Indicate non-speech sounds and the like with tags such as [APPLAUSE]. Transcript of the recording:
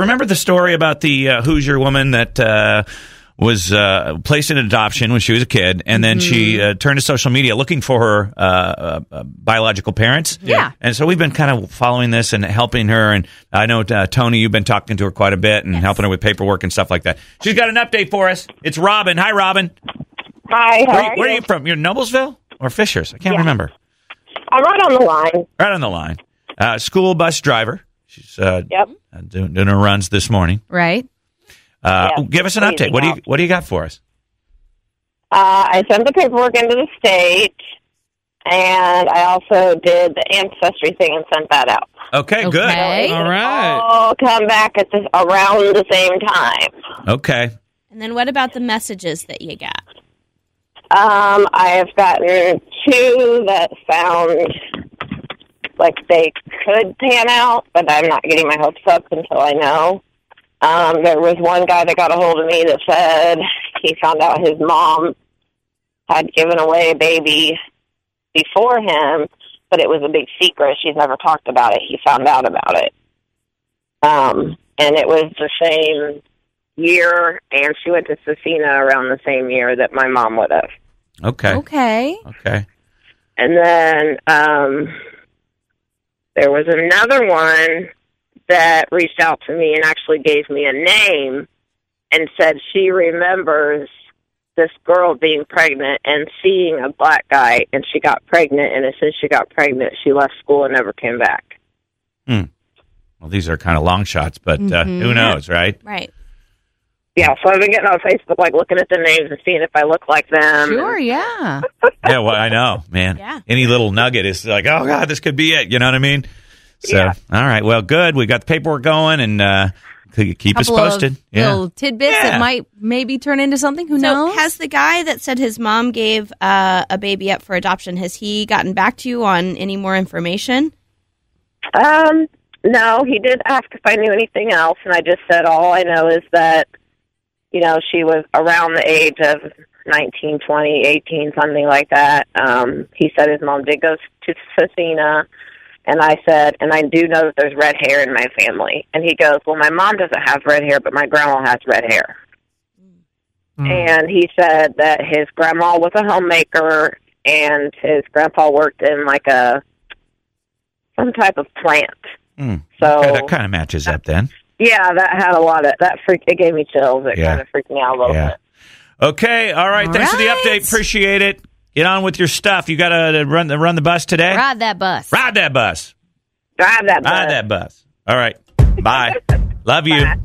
remember the story about the uh, Hoosier woman that uh, was uh, placed in adoption when she was a kid, and then she Mm-hmm. uh, turned to social media looking for her uh, uh, uh, biological parents. Yeah. And so we've been kind of following this and helping her. And I know uh, Tony, you've been talking to her quite a bit and helping her with paperwork and stuff like that. She's got an update for us. It's Robin. Hi, Robin. Hi, how Where, are where you? are you from? You're in Noblesville or Fishers? I can't remember. I'm right on the line. Right on the line. Uh, school bus driver. She's uh, Yep. uh, doing, doing her runs this morning. Right? Uh, Yeah, give us an please update. What do you help. What do you got for us? Uh, I sent the paperwork into the state, and I also did the ancestry thing and sent that out. Okay, good. Um, Okay. All right. All come back at this around the same time. Okay, And then what about the messages that you got? Um, I have gotten two that sound like they could pan out, but I'm not getting my hopes up until I know. Um, there was one guy that got a hold of me that said he found out his mom had given away a baby before him, but it was a big secret. She's never talked about it. He found out about it. Um, and it was the same year, and she went to Cecina around the same year that my mom would have. okay, Okay. okay. And then um, there was another one that reached out to me and actually gave me a name and said she remembers this girl being pregnant and seeing a black guy, and she got pregnant. And as soon as she got pregnant, she left school and never came back. Well, these are kind of long shots, but uh, Mhm. who knows, [LAUGHS] right? Right. Yeah, so I've been getting on Facebook, like looking at the names and seeing if I look like them. Sure, yeah. Yeah, well, I know, man. Yeah. Any little nugget is like, oh god, this could be it. You know what I mean? So, Yeah. all right, well, good. We got the paperwork going, and uh, c- keep us Couple of posted. Yeah. Little tidbits Yeah. that might maybe turn into something. Who so knows? has the guy that said his mom gave uh, a baby up for adoption, has he gotten back to you on any more information? Um, no, he did ask if I knew anything else, and I just said all I know is that, you know, she was around the age of nineteen, twenty, eighteen, something like that. Um, he said his mom did go to Cecina, and I said, and I do know that there's red hair in my family. And he goes, well, my mom doesn't have red hair, but my grandma has red hair. And he said that his grandma was a homemaker and his grandpa worked in like a some type of plant. Hmm. So Okay, that kind of matches up then. yeah, that had a lot of that freak it gave me chills. It Yeah. kind of freaked me out a little Yeah. bit. Okay, all right. All thanks for the right. update. Appreciate it. Get on with your stuff. You got to run run the bus today. Ride that bus. Ride that bus. Drive that bus. [LAUGHS] Ride that bus. All right. Bye. Love you. Bye.